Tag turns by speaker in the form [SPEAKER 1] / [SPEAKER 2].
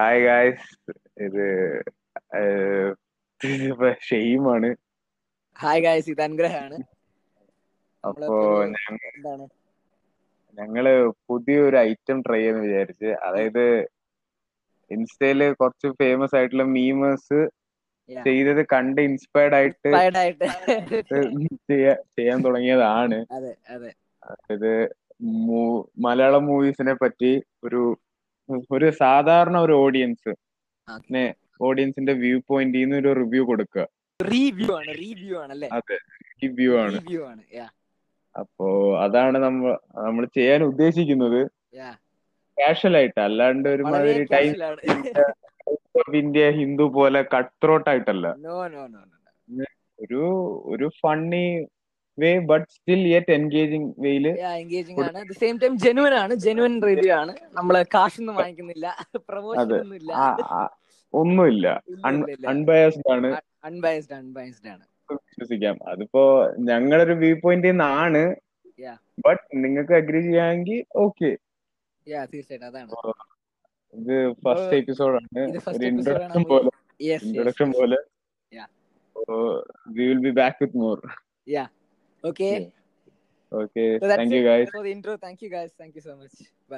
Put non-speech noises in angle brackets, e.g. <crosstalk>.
[SPEAKER 1] Hi guys ഇത് <laughs> ഷെയ്മാണ്
[SPEAKER 2] hi guys ഇത് അനുഗ്രഹാണ് നമ്മള്
[SPEAKER 1] അപ്പോ
[SPEAKER 2] ഒരു-
[SPEAKER 1] ഞങ്ങ-
[SPEAKER 2] എന്താണ്
[SPEAKER 1] ഞങ്ങള് പുതിയൊരു ഐറ്റം ട്രൈ ചെയ്യാന്ന് വിചാരിച്ച് അതായത് ഇൻസ്റ്റയില് കുറച്ച് ഫേമസ് ആയിട്ടുള്ള മീമേഴ്സ്
[SPEAKER 2] Yeah.
[SPEAKER 1] ചെയ്തത് കണ്ട് ഇൻസ്പയർഡ് ആയിട്ട്
[SPEAKER 2] tired ആയിട്ട്
[SPEAKER 1] ചെയ്യാ- ചെയ്യാൻ തുടങ്ങിയതാണ്
[SPEAKER 2] അതെ അതെ
[SPEAKER 1] ഇത് മൂ- മലയാളം മൂവീസിനെ പറ്റി ഒരു ഒരു സാധാരണ ഒരു ഓഡിയൻസ്
[SPEAKER 2] Okay.
[SPEAKER 1] ഓഡിയൻസിന്റെ വ്യൂ പോയിന്റിൽ നിന്ന് ഒരു റിവ്യൂ കൊടുക്കുക
[SPEAKER 2] റീവ്യൂ ആണ് റീവ്യൂ ആണ് അല്ലേ
[SPEAKER 1] റിവ്യൂ ആണ്
[SPEAKER 2] റീവ്യൂ ആണ് yeah,
[SPEAKER 1] അപ്പോ അതാണ് നമ്മൾ നമ്മൾ ചെയ്യാൻ ഉദ്ദേശിക്കുന്നത്
[SPEAKER 2] yeah.
[SPEAKER 1] കാഷ്വൽ ആയിട്ട് അല്ലാണ്ട്
[SPEAKER 2] വളരെ
[SPEAKER 1] ഒരുമാതിരി ടൈം
[SPEAKER 2] casual ആണ് <laughs>
[SPEAKER 1] ഓഫ് ഇന്ത്യ ഹിന്ദു പോലെ കട്ട് ത്രോട്ട് ആയിട്ടല്ല
[SPEAKER 2] നോ നോ നോ
[SPEAKER 1] ഒരു ഒരു funny way but still yet engaging വേയില്
[SPEAKER 2] എൻഗേജിംഗ് ആണ് അറ്റ് സെയിം ടൈം ജെനുവൻ ആണ് ജെനുവൻ റിവ്യൂ ആണ് നമ്മള് കാശൊന്നും വാങ്ങിക്കുന്നില്ല <laughs> പ്രൊമോഷൻ
[SPEAKER 1] അതെ.
[SPEAKER 2] ഒന്നും ഇല്ല
[SPEAKER 1] ഒന്നുമില്ല അൺബയസ്ഡ് ആണ്
[SPEAKER 2] അൺബയസ്ഡ് അൺബയസ്ഡ് ആണ്
[SPEAKER 1] വിശ്വസിക്കാം അതിപ്പോ ഞങ്ങളുടെ ഒരു വ്യൂ പോയിന്റിൽ നിന്നാണ്
[SPEAKER 2] Yeah.
[SPEAKER 1] ബട്ട് നിങ്ങൾക്ക് അഗ്രി ചെയ്യാമെങ്കിൽ ഓക്കെ
[SPEAKER 2] യാ തീർച്ചയായിട്ടും അതാണ്
[SPEAKER 1] ഇത് ഫസ്റ്റ് എപ്പിസോഡാണ്
[SPEAKER 2] ഇത്
[SPEAKER 1] ഒരു
[SPEAKER 2] ഫസ്റ്റ്
[SPEAKER 1] ഇൻട്രൊഡക്ഷൻ
[SPEAKER 2] എപ്പിസോഡാണ്
[SPEAKER 1] പോലെ
[SPEAKER 2] യെസ്
[SPEAKER 1] ഇൻട്രൊഡക്ഷൻ പോലെ
[SPEAKER 2] Yeah.
[SPEAKER 1] We will be back with more
[SPEAKER 2] okay
[SPEAKER 1] okay thank you guys
[SPEAKER 2] for the intro thank you guys thank you so much by